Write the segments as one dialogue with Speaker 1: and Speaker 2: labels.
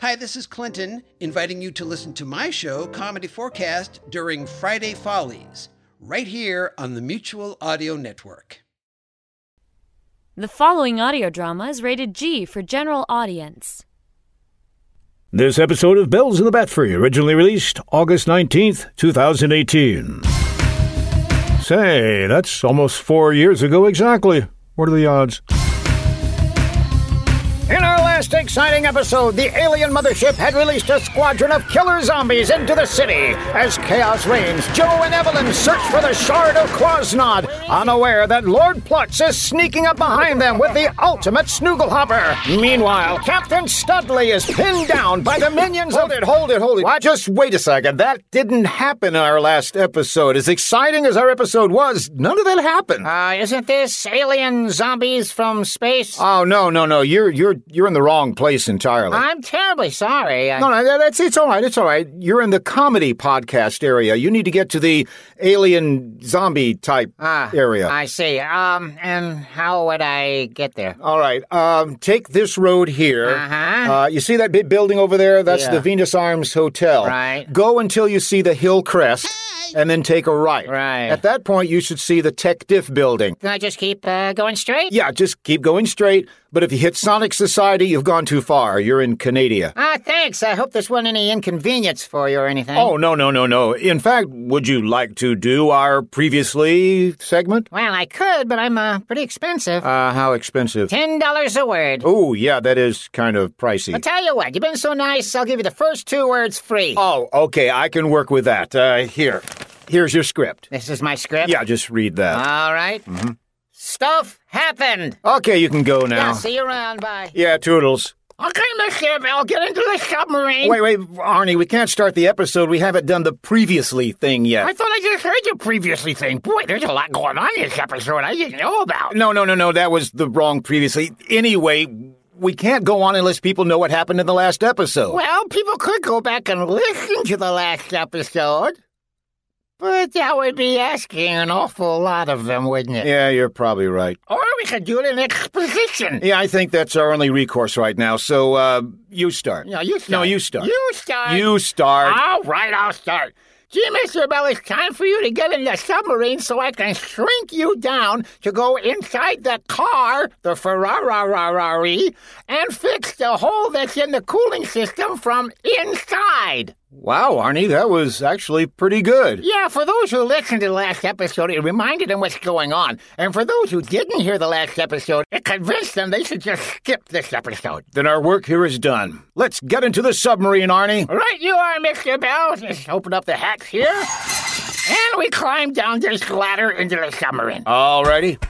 Speaker 1: Hi, this is Clinton, inviting you to listen to my show, Comedy Forecast, during Friday Follies, right here on the Mutual Audio Network.
Speaker 2: The following audio drama is rated G for general audience.
Speaker 3: This episode of Bells in the Bat Free originally released August 19th, 2018. Say, that's almost four years ago exactly. What are the odds?
Speaker 4: In our last exciting episode, the alien mothership had released a squadron of killer zombies into the city. As chaos reigns, Joe and Evelyn search for the Shard of Quasnod, unaware that Lord Plutz is sneaking up behind them with the ultimate snooglehopper. Meanwhile, Captain Studley is pinned down by the minions
Speaker 5: Hold
Speaker 4: of...
Speaker 5: it, hold it, hold it. Why, just wait a second. That didn't happen in our last episode. As exciting as our episode was, none of that happened.
Speaker 4: Uh, isn't this alien zombies from space?
Speaker 5: oh no, no, no. You're you're you're in the wrong place entirely.
Speaker 4: I'm terribly sorry. uh, I-
Speaker 5: no, no, that- that's it's all right. It's all right. You're in the comedy podcast area. You need to get to the alien zombie type
Speaker 4: Ah,
Speaker 5: area.
Speaker 4: I see. Um, and how would I get there?
Speaker 5: all right. Um, take this road here.
Speaker 4: Uh-huh.
Speaker 5: Uh, you see that big building over there? That's
Speaker 4: Yeah.
Speaker 5: the Venus Arms Hotel.
Speaker 4: Right.
Speaker 5: Go until you see the hill crest, and then take a right.
Speaker 4: Right.
Speaker 5: At that point, you should see the Tech Diff building.
Speaker 4: Can I just keep uh, going straight?
Speaker 5: Yeah, just keep going straight. But if you hit Sonic Society, you've gone too far. You're in Canada.
Speaker 4: Ah, thanks. I hope this wasn't any inconvenience for you or anything.
Speaker 5: Oh, no, no, no, no. In fact, would you like to do our previously segment?
Speaker 4: Well, I could, but I'm uh, pretty expensive.
Speaker 5: Uh, how expensive?
Speaker 4: Ten dollars a word.
Speaker 5: Oh, yeah, that is kind of
Speaker 4: I'll
Speaker 5: pricey.
Speaker 4: tell you what. You've been so nice. I'll give you the first two words free.
Speaker 5: Oh, okay, I can work with that. Uh, here. Here's your script.
Speaker 4: This is my script.
Speaker 5: Yeah, just read that.
Speaker 4: All right. Stuff happened.
Speaker 5: Okay, you can go
Speaker 4: Yeah.
Speaker 5: now.
Speaker 4: See you around. Bye.
Speaker 5: Yeah, toodles.
Speaker 4: Okay, Mister Bell, get into the submarine.
Speaker 5: Wait, wait, Arnie, we can't start the episode. We haven't done the previously thing yet.
Speaker 4: I thought I just heard you previously saying, boy, there's a lot going on this episode I didn't know about.
Speaker 5: No, no, no, no. That was the wrong previously. Anyway, we can't go on unless people know what happened in the last episode.
Speaker 4: Well, people could go back and listen to the last episode, but that would be asking an awful lot of them, wouldn't it?
Speaker 5: Yeah, you're probably right.
Speaker 4: Or we could do it in exposition.
Speaker 5: Yeah, I think that's our only recourse right now. So, uh, you start.
Speaker 4: No, you start.
Speaker 5: No, you start.
Speaker 4: You start.
Speaker 5: You start.
Speaker 4: All right, I'll start. Gee, Mr. Bell, it's time for you to get in the submarine so I can shrink you down to go inside the car, the Ferrari, and fix the hole that's in the cooling system from inside.
Speaker 5: Wow, Arnie, that was actually pretty good.
Speaker 4: Yeah, for those who listened to the last episode, it reminded them what's going on. And for those who didn't hear the last episode, it convinced them they should just skip this episode.
Speaker 5: Then our work here is done. Let's get into the submarine, Arnie.
Speaker 4: Right you are, Mr. Bell. Just open up the hatch here. And we climb down this ladder into the submarine.
Speaker 5: Alrighty.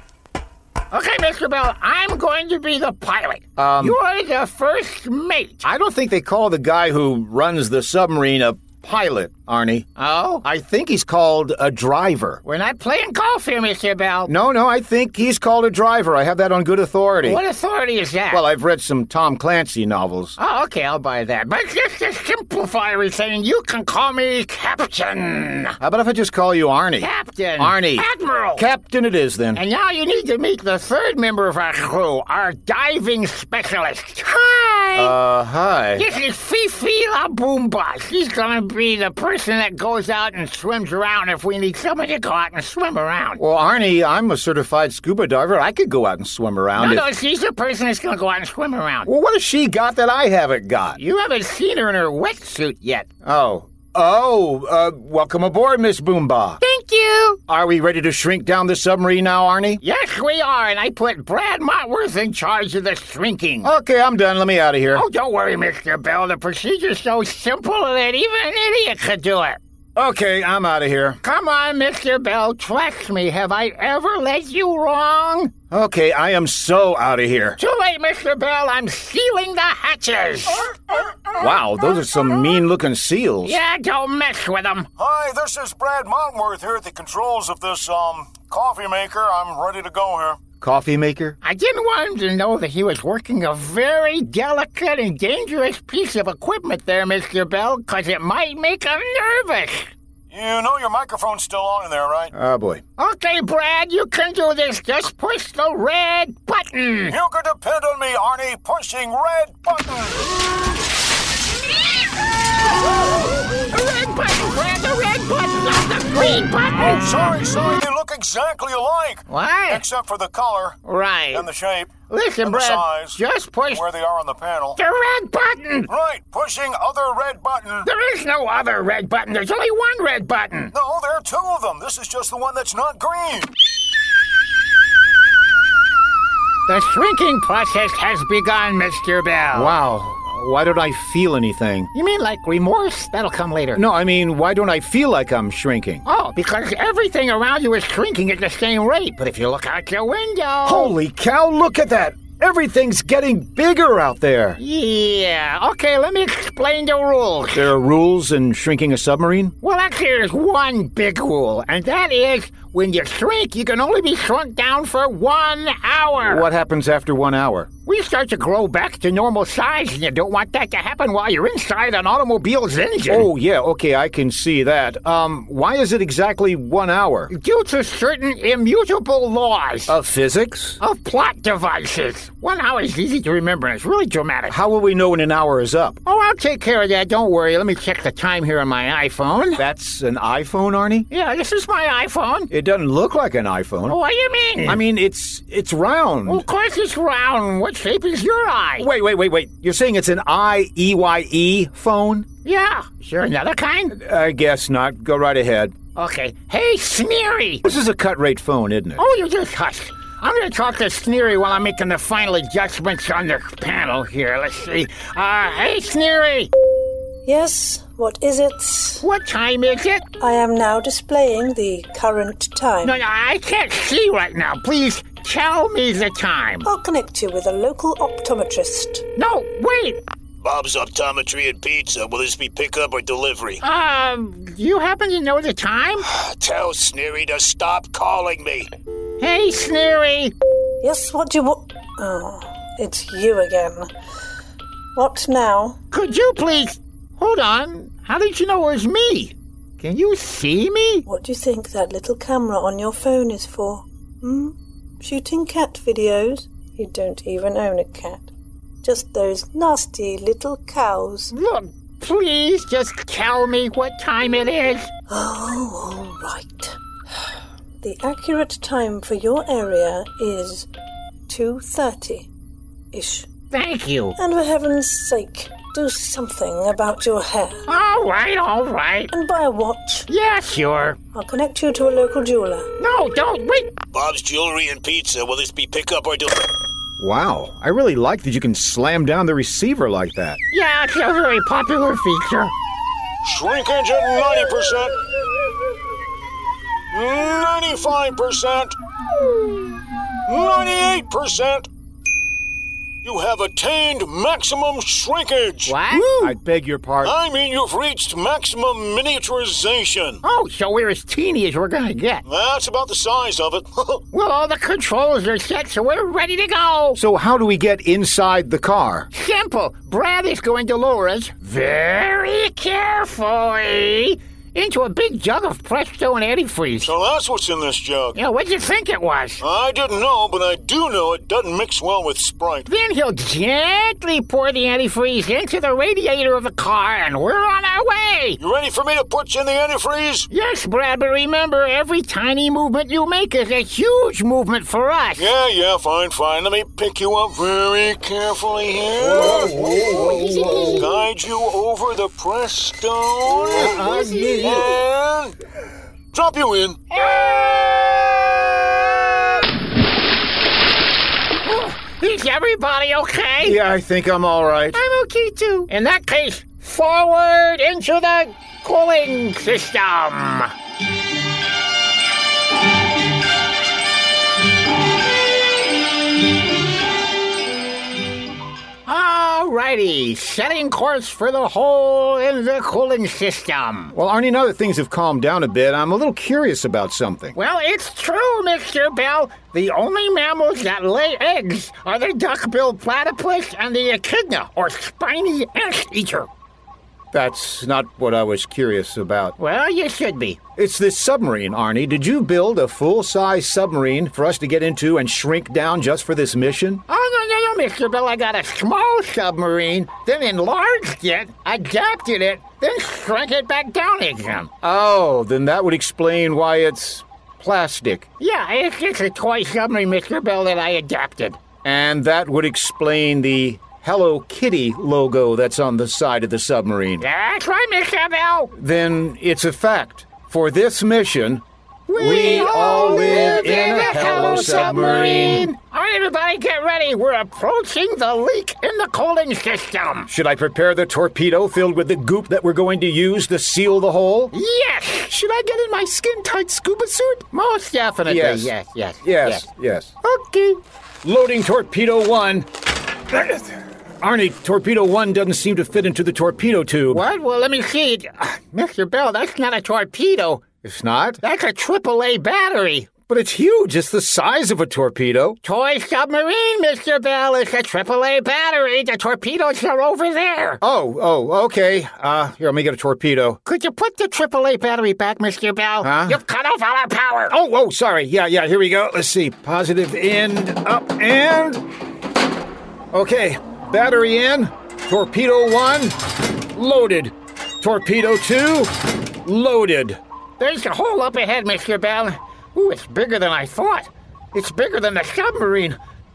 Speaker 4: Okay, Mr. Bell, I'm going to be the pilot.
Speaker 5: Um,
Speaker 4: You're the first mate.
Speaker 5: I don't think they call the guy who runs the submarine a pilot, Arnie.
Speaker 4: Oh?
Speaker 5: I think he's called a driver.
Speaker 4: We're not playing golf here, Mr. Bell.
Speaker 5: No, no, I think he's called a driver. I have that on good authority.
Speaker 4: What authority is that?
Speaker 5: Well, I've read some Tom Clancy novels.
Speaker 4: Oh, okay, I'll buy that. But just to simplify everything, you can call me Captain.
Speaker 5: How about if I just call you Arnie?
Speaker 4: Captain.
Speaker 5: Arnie.
Speaker 4: Admiral.
Speaker 5: Captain it is then.
Speaker 4: and now you need to meet the third member of our crew, our diving specialist. Hi.
Speaker 5: Uh, hi.
Speaker 4: this is Fifi La Boomba. She's gonna be the person that goes out and swims around if we need someone to go out and swim around.
Speaker 5: Well, Arnie, I'm a certified scuba diver. I could go out and swim around.
Speaker 4: no,
Speaker 5: if-
Speaker 4: no, she's the person that's gonna go out and swim around.
Speaker 5: Well, what has she got that I haven't got?
Speaker 4: You haven't seen her in her wetsuit yet.
Speaker 5: Oh. Oh, uh, welcome aboard, Miss Boomba.
Speaker 4: Thank you.
Speaker 5: Are we ready to shrink down the submarine now, Arnie?
Speaker 4: Yes, we are, and I put Brad Motworth in charge of the shrinking. Oh,
Speaker 5: Okay, I'm done. Let me out of here.
Speaker 4: don't worry, Mr. Bell. The procedure's so simple that even an idiot could do it.
Speaker 5: Okay, I'm out of here.
Speaker 4: Come on, Mr. Bell. Trust me. Have I ever led you wrong?
Speaker 5: Okay, I am so out of here.
Speaker 4: Too late, Mr. Bell. I'm sealing the hatches.
Speaker 5: Wow, those are some mean looking seals.
Speaker 4: Yeah, don't mess with them.
Speaker 6: Hi, this is Brad Montworth here at the controls of this um coffee maker. I'm ready to go here.
Speaker 5: Coffee maker?
Speaker 4: I didn't want him to know that he was working a very delicate and dangerous piece of equipment there, Mr. Bell, 'cause it might make him nervous.
Speaker 6: You know your microphone's still on in there, right?
Speaker 5: Oh boy.
Speaker 4: Okay, Brad, you can do this. Just push the red button.
Speaker 6: You can depend on me, Arnie, pushing red button.
Speaker 4: The red button, Brad, the red button, not the green button.
Speaker 6: Sorry, sorry, they look exactly alike.
Speaker 4: What?
Speaker 6: Except for the color
Speaker 4: Right.
Speaker 6: and the shape
Speaker 4: Listen,
Speaker 6: and the
Speaker 4: Brad,
Speaker 6: size.
Speaker 4: just push
Speaker 6: where they are on the panel.
Speaker 4: the red button.
Speaker 6: Right, pushing other red button.
Speaker 4: There is no other red button. There's only one red button.
Speaker 6: No, there are two of them. This is just the one that's not green.
Speaker 4: The shrinking process has begun, Mr. Bell.
Speaker 5: Wow. Why don't I feel anything?
Speaker 4: You mean like remorse? That'll come later.
Speaker 5: No, I mean, why don't I feel like I'm shrinking?
Speaker 4: Oh, because everything around you is shrinking at the same rate. But if you look out your window.
Speaker 5: Holy cow, look at that! Everything's getting bigger out there!
Speaker 4: Yeah. Okay, let me explain the rules.
Speaker 5: There are rules in shrinking a submarine?
Speaker 4: Well, actually, there's one big rule, and that is when you shrink, you can only be shrunk down for one hour.
Speaker 5: What happens after one hour?
Speaker 4: We start to grow back to normal size, and you don't want that to happen while you're inside an automobile's engine.
Speaker 5: Oh, yeah, okay, I can see that. Um, why is it exactly one hour?
Speaker 4: Due to certain immutable laws
Speaker 5: Of physics?
Speaker 4: of plot devices. One hour is easy to remember, and it's really dramatic.
Speaker 5: How will we know when an hour is up?
Speaker 4: Oh, I'll take care of that. Don't worry. Let me check the time here on my iPhone.
Speaker 5: That's an iPhone, Arnie?
Speaker 4: Yeah, this is my iPhone.
Speaker 5: It doesn't look like an iPhone.
Speaker 4: Oh, What do you mean?
Speaker 5: I mean, it's it's round.
Speaker 4: Of course it's round. What shape is your eye?
Speaker 5: Oh, Wait, wait, wait, wait. You're saying it's an I E Y E phone?
Speaker 4: Yeah. Sure, another kind?
Speaker 5: I guess not. Go right ahead.
Speaker 4: Okay. Hey, Sneery!
Speaker 5: This is a cut rate phone, isn't it?
Speaker 4: Oh, you just hush. I'm going to talk to Sneery while I'm making the final adjustments on the panel here. Let's see. Uh, hey, Sneery!
Speaker 7: Yes, what is it?
Speaker 4: What time is it?
Speaker 7: I am now displaying the current time.
Speaker 4: No, no, I can't see right now. Please tell me the time.
Speaker 7: I'll connect you with a local optometrist.
Speaker 4: No, wait.
Speaker 6: Bob's Optometry and Pizza. Will this be pickup or delivery?
Speaker 4: Um, do you happen to know the time?
Speaker 6: Tell Sneery to stop calling me.
Speaker 4: Hey, Sneery!
Speaker 7: Yes, what do you want? Oh, it's you again. What now?
Speaker 4: Could you please. Hold on. How did you know it was me? Can you see me?
Speaker 7: What do you think that little camera on your phone is for? Hmm? Shooting cat videos? You don't even own a cat. Just those nasty little cows.
Speaker 4: Look, please just tell me what time it is.
Speaker 7: Oh, all right. The accurate time for your area is 2.30 ish.
Speaker 4: Thank you.
Speaker 7: And for heaven's sake, do something about your hair.
Speaker 4: All right, all right.
Speaker 7: And buy a watch.
Speaker 4: Yeah, sure.
Speaker 7: I'll connect you to a local jeweler.
Speaker 4: No, don't wait.
Speaker 6: Bob's Jewelry and Pizza. Will this be pickup or delivery?
Speaker 5: Wow. I really like that you can slam down the receiver like that.
Speaker 4: Yeah, it's a very popular feature.
Speaker 6: Shrinkage at 90%. 95%. 98%. You have attained maximum shrinkage.
Speaker 4: What?
Speaker 5: I beg your pardon.
Speaker 6: I mean, you've reached maximum miniaturization.
Speaker 4: Oh, so we're as teeny as we're gonna get.
Speaker 6: That's about the size of it.
Speaker 4: Well, all the controls are set, so we're ready to go.
Speaker 5: So how do we get inside the car?
Speaker 4: Simple. Brad is going to lower us very carefully into a big jug of Presto and antifreeze.
Speaker 6: so that's what's in this jug.
Speaker 4: Yeah, what'd you think it was?
Speaker 6: I didn't know, but I do know it doesn't mix well with Sprite.
Speaker 4: Then he'll gently pour the antifreeze into the radiator of the car, and we're on our way.
Speaker 6: You ready for me to put in the antifreeze?
Speaker 4: Yes, Brad, but remember, every tiny movement you make is a huge movement for us.
Speaker 6: Yeah, yeah, fine, fine. Let me pick you up very carefully here. Guide you over the press stone. And drop you in.
Speaker 4: Is everybody okay?
Speaker 5: Yeah, I think I'm all right.
Speaker 4: I'm okay too. In that case, forward into the cooling system. righty, setting course for the hole in the cooling system.
Speaker 5: Well, Arnie, now that things have calmed down a bit, I'm a little curious about something.
Speaker 4: Well, it's true, Mr. Bell. The only mammals that lay eggs are the duck-billed platypus and the echidna, or spiny anteater.
Speaker 5: That's not what I was curious about.
Speaker 4: Well, you should be.
Speaker 5: It's this submarine, Arnie. Did you build a full size submarine for us to get into and shrink down just for this mission?
Speaker 4: Oh, no, no, no, Mr. Bill. I got a small submarine, then enlarged it, adapted it, then shrunk it back down again.
Speaker 5: Oh, then that would explain why it's plastic.
Speaker 4: Yeah, it's just a toy submarine, Mr. Bill, that I adapted.
Speaker 5: And that would explain the Hello Kitty logo that's on the side of the submarine.
Speaker 4: That's right, Mr. Bell.
Speaker 5: Then it's a fact. For this mission,
Speaker 4: we, all live in a Hello submarine. All right, everybody, get ready. We're approaching the leak in the cooling system.
Speaker 5: Should I prepare the torpedo filled with the goop that we're going to use to seal the hole?
Speaker 4: Yes.
Speaker 8: Should I get in my skin tight scuba suit?
Speaker 4: Most definitely.
Speaker 5: Yes.
Speaker 4: Yes. Yes.
Speaker 5: Yes, yes.
Speaker 4: Okay.
Speaker 5: Loading torpedo one. Arnie, torpedo one doesn't seem to fit into the torpedo tube.
Speaker 4: What? Well, let me see. Uh, Mr. Bell, that's not a torpedo.
Speaker 5: It's not?
Speaker 4: That's a AAA battery.
Speaker 5: But it's huge. It's the size of a torpedo.
Speaker 4: Toy submarine, Mr. Bell. It's a AAA battery. The torpedoes are over there.
Speaker 5: Oh, oh, okay. Uh, here, let me get a torpedo.
Speaker 4: Could you put the AAA battery back, Mr. Bell?
Speaker 5: Huh?
Speaker 4: You've cut off all our power.
Speaker 5: Oh, oh, sorry. Yeah, yeah, here we go. Let's see. Positive end, up, and. Okay, battery in. Torpedo one, loaded. Torpedo two, loaded.
Speaker 4: There's a hole up ahead, Mr. Bell. Ooh, it's bigger than I thought. It's bigger than the submarine.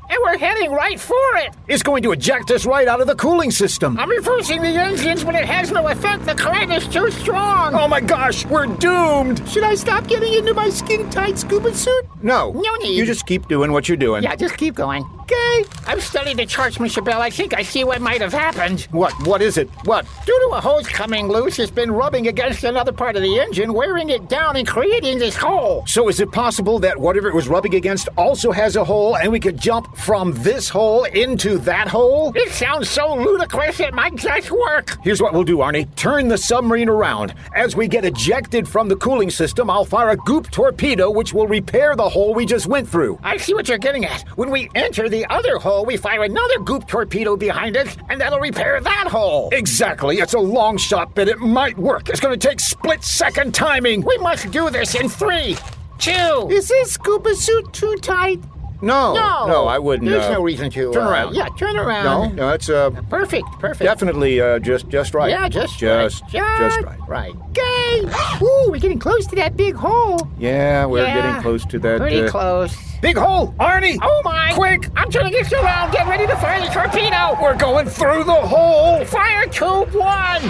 Speaker 4: And we're heading right for it.
Speaker 5: It's going to eject us right out of the cooling system.
Speaker 4: I'm reversing the engines, but it has no effect. The current is too strong.
Speaker 5: Oh my gosh, we're doomed.
Speaker 8: Should I stop getting into my skin tight scuba suit?
Speaker 5: No.
Speaker 4: No need.
Speaker 5: You just keep doing what you're doing.
Speaker 4: Yeah, just keep going.
Speaker 8: Okay.
Speaker 4: I've studied the charts, Mr. Bell. I think I see what might have happened.
Speaker 5: What? What is it? What?
Speaker 4: Due to a hose coming loose, it's been rubbing against another part of the engine, wearing it down and creating this hole.
Speaker 5: So is it possible that whatever it was rubbing against also has a hole and we could jump from this hole into that hole?
Speaker 4: It sounds so ludicrous, it might just work.
Speaker 5: Here's what we'll do, Arnie. Turn the submarine around. As we get ejected from the cooling system, I'll fire a goop torpedo which will repair the hole we just went through.
Speaker 4: I see what you're getting at. When we enter the other hole, we fire another goop torpedo behind us, and that'll repair that hole.
Speaker 5: Exactly. It's a long shot, but it might work. It's going to take split second timing.
Speaker 4: We must do this in three, two.
Speaker 8: Is this scuba suit too tight?
Speaker 5: No,
Speaker 4: No.
Speaker 5: I wouldn't.
Speaker 4: There's
Speaker 5: uh,
Speaker 4: no reason to.
Speaker 5: turn
Speaker 4: uh,
Speaker 5: around.
Speaker 4: Yeah, turn around.
Speaker 5: No, no, it's uh,
Speaker 4: Perfect, perfect.
Speaker 5: definitely uh, just just right.
Speaker 4: Yeah, just
Speaker 5: just
Speaker 4: right.
Speaker 5: just right.
Speaker 4: Right.
Speaker 8: Okay. Ooh, we're getting close to that big hole.
Speaker 5: Yeah, we're
Speaker 4: Yeah.
Speaker 5: getting close to that.
Speaker 4: Pretty
Speaker 5: uh,
Speaker 4: close.
Speaker 5: Big hole, Arnie.
Speaker 4: Oh my!
Speaker 5: Quick!
Speaker 4: I'm turning this around. Get ready to fire the torpedo.
Speaker 5: We're going through the hole.
Speaker 4: Fire tube one.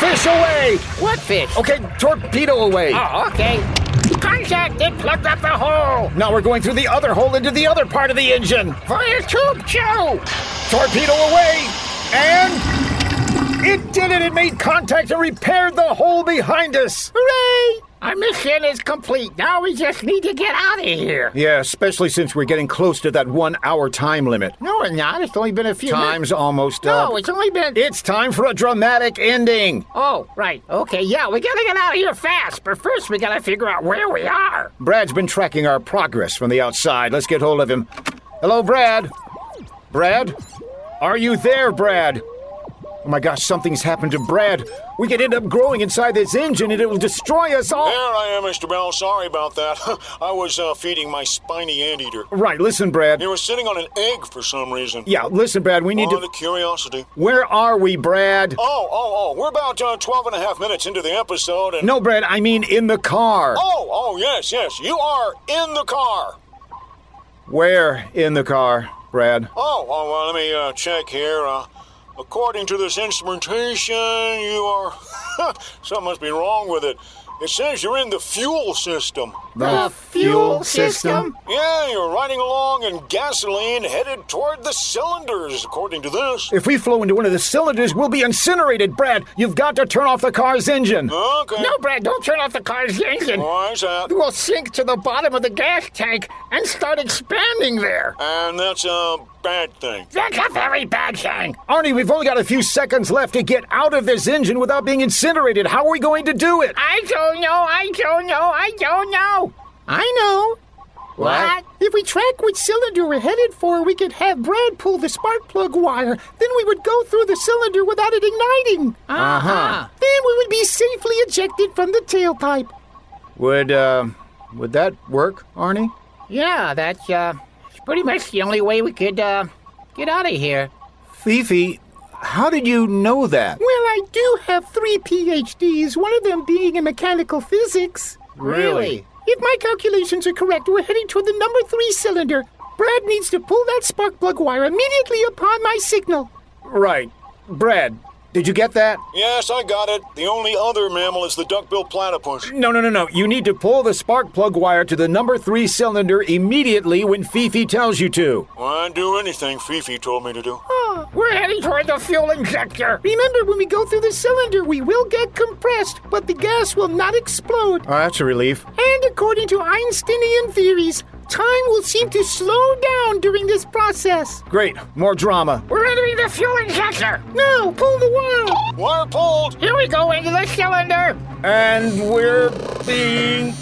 Speaker 5: Fish away.
Speaker 4: What fish?
Speaker 5: Okay, torpedo away.
Speaker 4: Oh, okay. Contact! It plugged up the hole.
Speaker 5: Now we're going through the other hole into the other part of the engine.
Speaker 4: Fire tube two.
Speaker 5: Torpedo away. And it did it. It made contact and repaired the hole behind us.
Speaker 4: Hooray! Our mission is complete. Now we just need to get out of here.
Speaker 5: Yeah, especially since we're getting close to that one hour time limit.
Speaker 4: No, we're not. It's only been a few
Speaker 5: Time's
Speaker 4: minutes.
Speaker 5: almost up.
Speaker 4: No, it's only been.
Speaker 5: It's time for a dramatic ending.
Speaker 4: Oh, right. Okay, yeah, we gotta get out of here fast. But first, we gotta figure out where we are.
Speaker 5: Brad's been tracking our progress from the outside. Let's get hold of him. Hello, Brad. Brad? Are you there, Brad? Oh my gosh, something's happened to Brad. We could end up growing inside this engine and it will destroy us all.
Speaker 6: There I am, Mr. Bell. Sorry about that. I was uh, feeding my spiny anteater.
Speaker 5: Right, listen, Brad.
Speaker 6: He was sitting on an egg for some reason.
Speaker 5: Yeah, listen, Brad, we need
Speaker 6: Oh,
Speaker 5: to.
Speaker 6: the curiosity.
Speaker 5: Where are we, Brad?
Speaker 6: Oh, oh, oh. We're about uh, 12 and a half minutes into the episode, and.
Speaker 5: No, Brad, I mean in the car.
Speaker 6: Oh, oh, yes, yes. You are in the car.
Speaker 5: Where in the car, Brad?
Speaker 6: Oh, oh well, let me uh, check here. Uh, according to this instrumentation, you are. Something must be wrong with it. It says you're in the fuel system.
Speaker 4: The fuel system?
Speaker 6: Yeah, you're riding along in gasoline headed toward the cylinders, according to this.
Speaker 5: If we flow into one of the cylinders, we'll be incinerated, Brad. You've got to turn off the car's engine.
Speaker 6: Okay.
Speaker 4: No, Brad, don't turn off the car's engine.
Speaker 6: Why is that?
Speaker 4: We'll sink to the bottom of the gas tank and start expanding there.
Speaker 6: And that's uh, bad thing.
Speaker 9: That's a very bad thing.
Speaker 5: Arnie, we've only got a few seconds left to get out of this engine without being incinerated. How are we going to do it?
Speaker 10: I don't know, I don't know, I don't know. I know.
Speaker 5: What?
Speaker 10: If we track which cylinder we're headed for, we could have Brad pull the spark plug wire. Then we would go through the cylinder without it igniting. Uh
Speaker 5: Uh-huh.
Speaker 10: huh. Then we would be safely ejected from the tailpipe.
Speaker 5: Would uh, would that work, Arnie?
Speaker 4: Yeah, that's uh, it's pretty much the only way we could uh, get out of here.
Speaker 5: Fifi, how did you know that?
Speaker 10: Well, I do have three PhDs, one of them being in mechanical physics.
Speaker 5: Really?
Speaker 10: If my calculations are correct, we're heading toward the number three cylinder. Brad needs to pull that spark plug wire immediately upon my signal.
Speaker 5: Right. Brad, did you get that?
Speaker 6: Yes, I got it. The only other mammal is the duck-billed platypus.
Speaker 5: No, no, no, no. You need to pull the spark plug wire to the number three cylinder immediately when Fifi tells you to.
Speaker 6: I'd do anything Fifi told me to do.
Speaker 10: Ah,
Speaker 4: We're heading toward the fuel injector.
Speaker 10: remember, when we go through the cylinder, we will get compressed, but the gas will not explode.
Speaker 5: Oh, that's a relief.
Speaker 10: And according to Einsteinian theories, time will seem to slow down during this process.
Speaker 5: Great. More drama.
Speaker 4: We're entering the fuel injector.
Speaker 10: Now, pull the wire.
Speaker 6: Wire pulled!
Speaker 4: Here we go into the cylinder.
Speaker 5: And we're being.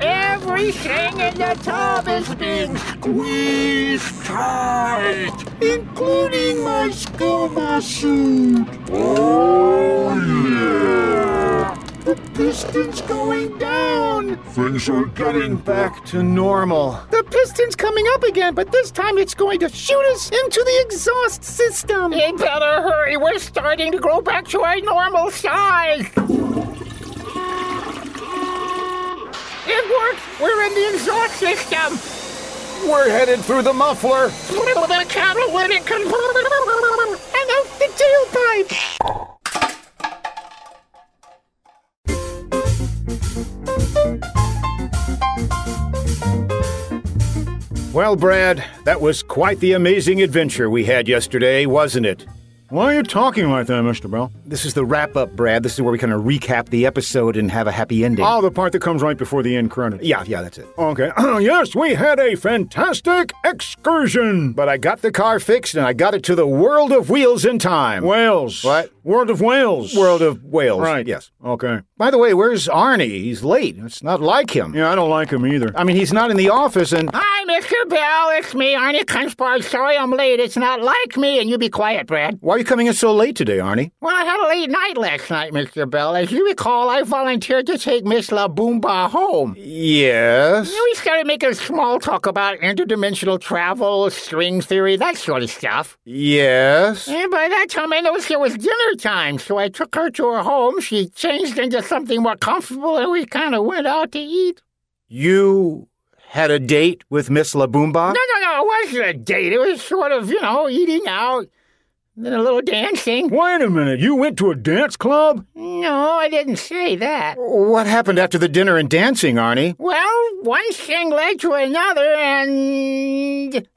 Speaker 4: Everything in the tub is being
Speaker 10: Including my scuba suit. Oh, yeah. The piston's going down.
Speaker 5: Things are getting back to normal.
Speaker 10: The piston's coming up again, but this time it's going to shoot us into the exhaust system.
Speaker 4: They better hurry. We're starting to grow back to our normal size. It worked. We're in the exhaust system.
Speaker 5: We're headed through the muffler.
Speaker 4: The cattle when it comes.
Speaker 10: And out the tailpipe.
Speaker 5: Well, Brad, that was quite the amazing adventure we had yesterday, wasn't it?
Speaker 11: Why are you talking like that, Mr. Bell?
Speaker 5: This is the wrap up, Brad. This is where we kind of recap the episode and have a happy ending.
Speaker 11: Oh, the part that comes right before the end credit.
Speaker 5: yeah, yeah, that's it.
Speaker 11: Okay. yes, we had a fantastic excursion.
Speaker 5: But I got the car fixed and I got it to the World of Wheels in time.
Speaker 11: Wales.
Speaker 5: What?
Speaker 11: World of Wales.
Speaker 5: World of Wales.
Speaker 11: Right.
Speaker 5: Yes.
Speaker 11: Okay.
Speaker 5: By the way, where's Arnie? He's late. It's not like him.
Speaker 11: Yeah, I don't like him either.
Speaker 5: I mean, he's not in the office and.
Speaker 4: Hi, Mr. Bell. It's me, Arnie Kunspar. Sorry I'm late. It's not like me. And you be quiet, Brad.
Speaker 5: Why are you coming in so late today, Arnie?
Speaker 4: Well, I had a late night last night, Mr. Bell. As you recall, I volunteered to take Miss La Boomba home.
Speaker 5: Yes.
Speaker 4: We started making small talk about interdimensional travel, string theory, that sort of stuff.
Speaker 5: Yes.
Speaker 4: And by that time, I noticed it was dinner time, so I took her to her home. She changed into something more comfortable, and we kind of went out to eat.
Speaker 5: You had a date with Miss Labumba?
Speaker 4: No, no, no, it wasn't a date. It was sort of, you know, eating out, then a little dancing.
Speaker 11: Wait a minute. You went to a dance club?
Speaker 4: No, I didn't say that.
Speaker 5: What happened after the dinner and dancing, Arnie?
Speaker 4: Well, one thing led to another, and.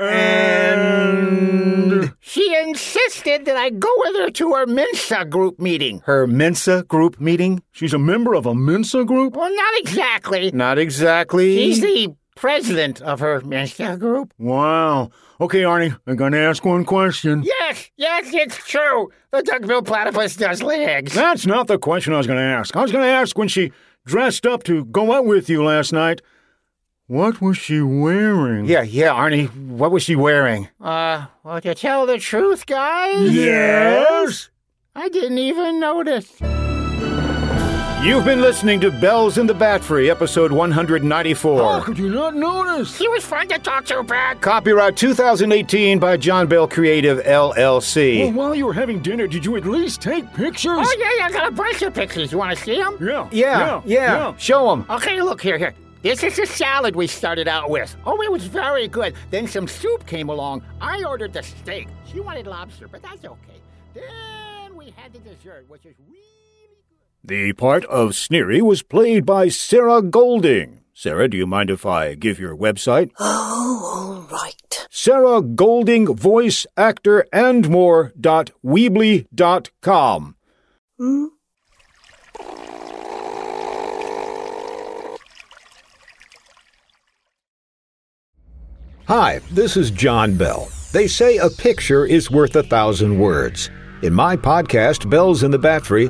Speaker 5: And.
Speaker 4: She insisted that I go with her to her Mensa group meeting.
Speaker 5: Her Mensa group meeting?
Speaker 11: She's a member of a Mensa group?
Speaker 4: Well, not exactly.
Speaker 5: Not exactly.
Speaker 4: She's the president of her Mensa group.
Speaker 11: Wow. Okay, Arnie, I'm going to ask one question.
Speaker 4: Yes, yes, it's true. The duckbill platypus does lay eggs.
Speaker 11: That's not the question I was going to ask. I was going to ask when she dressed up to go out with you last night, what was she wearing?
Speaker 5: Yeah, yeah, Arnie. What was she wearing?
Speaker 4: Uh, well, to tell the truth, guys,
Speaker 11: Yes?
Speaker 4: I didn't even notice.
Speaker 5: You've been listening to Bells in the Bat Free, episode 194.
Speaker 11: How could you not notice?
Speaker 4: She was fun to talk to, Brad.
Speaker 5: Copyright 2018 by John Bell Creative
Speaker 11: Well,
Speaker 5: LLC.
Speaker 11: while you were having dinner, did you at least take pictures?
Speaker 4: Oh, yeah, yeah, I got a bunch of pictures. You want to see them?
Speaker 11: yeah.
Speaker 5: yeah, yeah, Show them.
Speaker 4: Okay, look, here, here. This is the salad we started out with. Oh, it was very good. Then some soup came along. I ordered the steak. She wanted lobster, but that's okay. Then we had the dessert, which is really good.
Speaker 11: The part of Sneery was played by Sarah Golding. Sarah, do you mind if I give your website?
Speaker 7: Oh, all right.
Speaker 11: Sarah Golding, voice actor and more dot Weebly dot com.
Speaker 7: Hmm?
Speaker 5: Hi, this is John Bell. They say a picture is worth a thousand words. In my podcast, Bells in the Battery,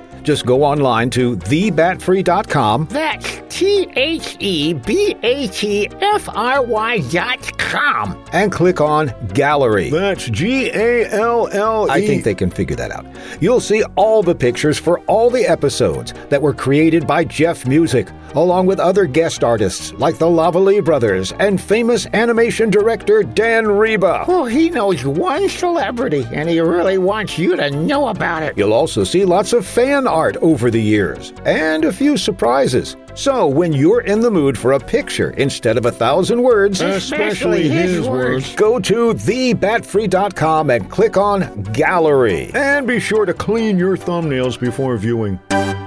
Speaker 5: Just go online to thebatfree.com.
Speaker 4: That's T H E B A T F R Y dot com.
Speaker 5: and click on Gallery.
Speaker 6: That's G A L L E.
Speaker 5: I think they can figure that out. You'll see all the pictures for all the episodes that were created by Jeff Music, along with other guest artists like the Lavalley brothers and famous animation director Dan Reba.
Speaker 4: Oh, he knows one celebrity, and he really wants you to know about it.
Speaker 5: You'll also see lots of fan art over the years and a few surprises. So, when you're in the mood for a picture instead of a thousand words,
Speaker 6: Especially his words.
Speaker 5: Go to thebatfree.com and click on Gallery.
Speaker 6: And be sure to clean your thumbnails before viewing.